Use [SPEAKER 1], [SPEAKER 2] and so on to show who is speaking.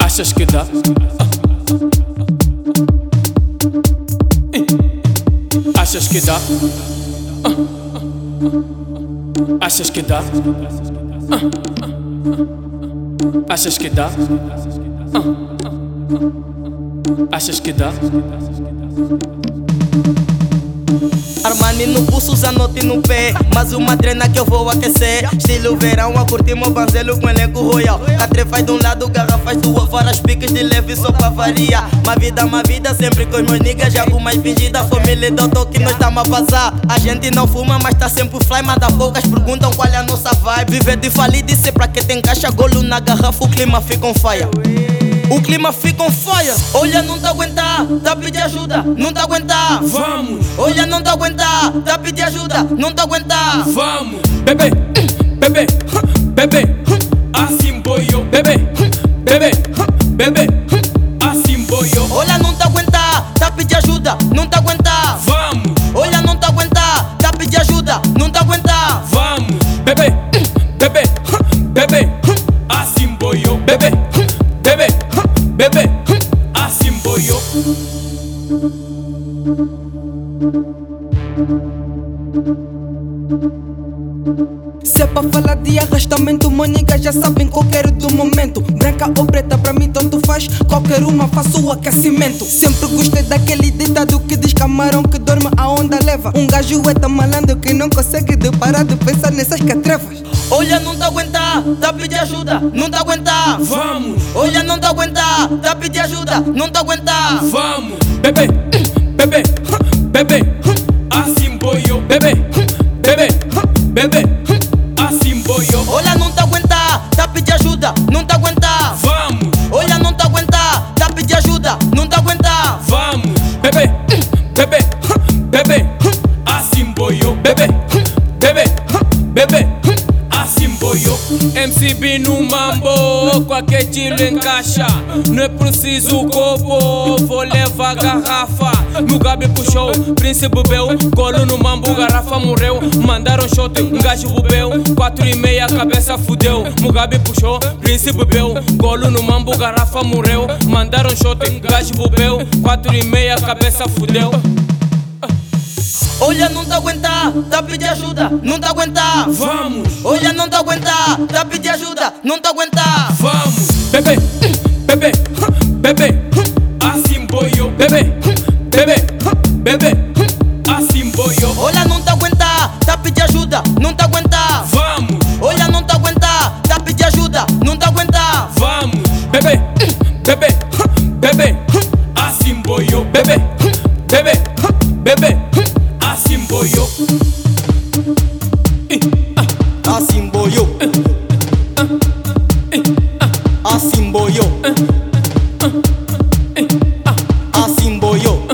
[SPEAKER 1] Achas que dá? Achas que dá? Achas que dá? Achas que dá? Achas que dá?
[SPEAKER 2] Armani no pulso, Zanotti no pé. Mais uma trena que eu vou aquecer. Estilo verão, a curtir meu banzelo com elenco royal. Catre faz de um lado, garrafas do outro. Várias piques de leve só pra variar. Uma vida, uma vida, sempre com os meus niggas. Já uma fingida, família doutor que nós tamo a passar. A gente não fuma, mas tá sempre fly. Mas da poucas perguntam qual é a nossa vibe. Viver de falido e ser pra que tem caixa. Golo na garrafa, o clima fica on fire. O clima fica on fire. Olha, não tá aguentar, tá a pedir ajuda, não tá aguentar.
[SPEAKER 1] Vamos,
[SPEAKER 2] Olha, não tá aguentar, tá a pedir ajuda, não tá aguentar.
[SPEAKER 1] vamos, bebê, bebê, bebê, assim boiou, bebê, bebê, bebê, assim boiou.
[SPEAKER 2] Olha, não tá aguentar, tá a pedir ajuda, não tá aguentar.
[SPEAKER 1] Vamos.
[SPEAKER 2] Olha, não tá aguentar, tá a pedir ajuda, não tá aguentar.
[SPEAKER 1] Vamos, bebê, bebê, bebê, assim boiou, bebê, bebê, bebê, assim boiou.
[SPEAKER 3] Se é pra falar de arrastamento, maniga já sabem qual quero do momento. Branca ou preta, pra mim tanto faz. Qualquer uma faço o aquecimento. Sempre gostei daquele ditado que diz camarão que dorme, a onda leva. Um gajo é tão malandro que não consegue de parar de pensar nessas catrevas.
[SPEAKER 2] Olha, não tá aguentar, tá a pedir ajuda, não tá aguentar.
[SPEAKER 1] Vamos,
[SPEAKER 2] Olha, não tá aguentar, tá a pedir ajuda, não tá aguentar.
[SPEAKER 1] vamos, bebê, bebê, bebê, assim boiou, bebê, bebê, bebê, assim boiou.
[SPEAKER 2] Olha, não tá aguentar, tá a pedir ajuda, não tá aguentar.
[SPEAKER 1] Vamos,
[SPEAKER 2] Olha, não tá aguentar, tá a pedir ajuda, não tá aguentar.
[SPEAKER 1] vamos, bebê, bebê, bebê, assim boiou, bebê, bebê, bebê, assim boiou. MCB no mambo, qualquer tiro encaixa. Não é preciso copo, vou levar garrafa. No Gabi puxou, príncipe bebeu, colo no mambo, garrafa morreu. Mandaram shot, um gajo bebeu, quatro e meia, cabeça fudeu. Mugabe puxou, príncipe bebeu, colo no mambo, garrafa morreu. Mandaram shot, um gajo bebeu, quatro e meia, cabeça fudeu.
[SPEAKER 2] Olha, não tá aguentar, tá a pedir ajuda, não tá aguentar.
[SPEAKER 1] Vamos!
[SPEAKER 2] Olha, não tá aguentar, tá a pedir ajuda, não tá aguentar.
[SPEAKER 1] Vamos, bebê, bebê, bebê, assim boiou, bebê, bebê, bebê, assim boiou.
[SPEAKER 2] Olha, não tá aguentar, tá a pedir ajuda, não tá aguentar.
[SPEAKER 1] Vamos,
[SPEAKER 2] Olha, não tá aguentar, tá a pedir ajuda, não tá aguentar.
[SPEAKER 1] vamos, bebê, bebê, bebê, assim boiou, bebê, bebê, bebê, assim boiou.
[SPEAKER 2] Assim boiou. Assim boiou. Assim boiou.